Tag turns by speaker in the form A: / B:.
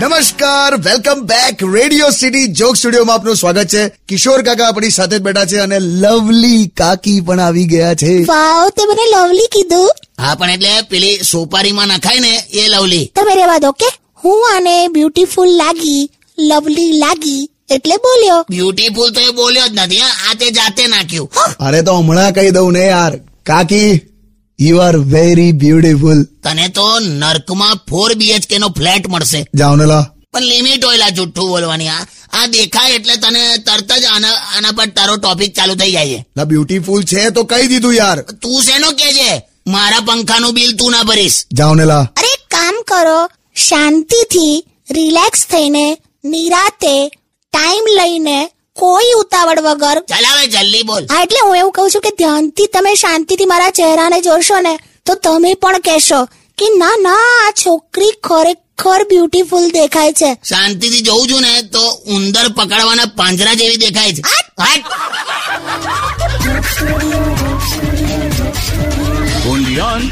A: નમસ્કાર welcome back radio city joke સ્ટુડિયોમાં આપનું સ્વાગત છે કિશોર કાકા આપણી સાથે જ બેઠા છે અને લવલી કાકી પણ આવી ગયા છે
B: વાવ તે મને લવલી કીધું
C: હા પણ એટલે પેલી સોપારીમાં નખાય ને એ લવલી
B: તમે રહેવા દો કે હું આને બ્યુટીફુલ લાગી લવલી લાગી એટલે બોલ્યો
C: બ્યુટીફુલ તો એ બોલ્યો જ નથી હા. આ તે જાતે નાખ્યું
A: અરે તો હમણાં કહી દઉં ને યાર કાકી યુ આર વેરી બ્યુટીફુલ
C: તને તો નર્કમાં ફોર બીએચકે નો ફ્લેટ મળશે
A: જાઓ ને લા
C: પણ લિમિટ હોય લા જુઠ્ઠું બોલવાની આ આ દેખાય એટલે તને તરત જ આના આના પર તારો ટોપિક ચાલુ થઈ જાય છે
A: લા બ્યુટીફુલ છે તો કહી દીધું યાર
C: તું શેનો કે છે મારા પંખાનું બિલ તું ના ભરીશ
A: જાઓ ને લા
B: અરે એક કામ કરો શાંતિથી રિલેક્સ થઈને નિરાતે ટાઈમ લઈને કોઈ ઉતાવળ વગર
C: ચાલ હવે જલ્દી બોલ
B: હા એટલે હું એવું કહું છું કે ધ્યાનથી તમે શાંતિથી મારા ચહેરાને જોશો ને તો તમે પણ કહેશો કે ના ના આ છોકરી ખરેખર બ્યુટીફુલ દેખાય છે
C: શાંતિથી જોઉં છું ને તો ઉંદર પકડવાના પાંજરા જેવી દેખાય છે હટ!
D: only on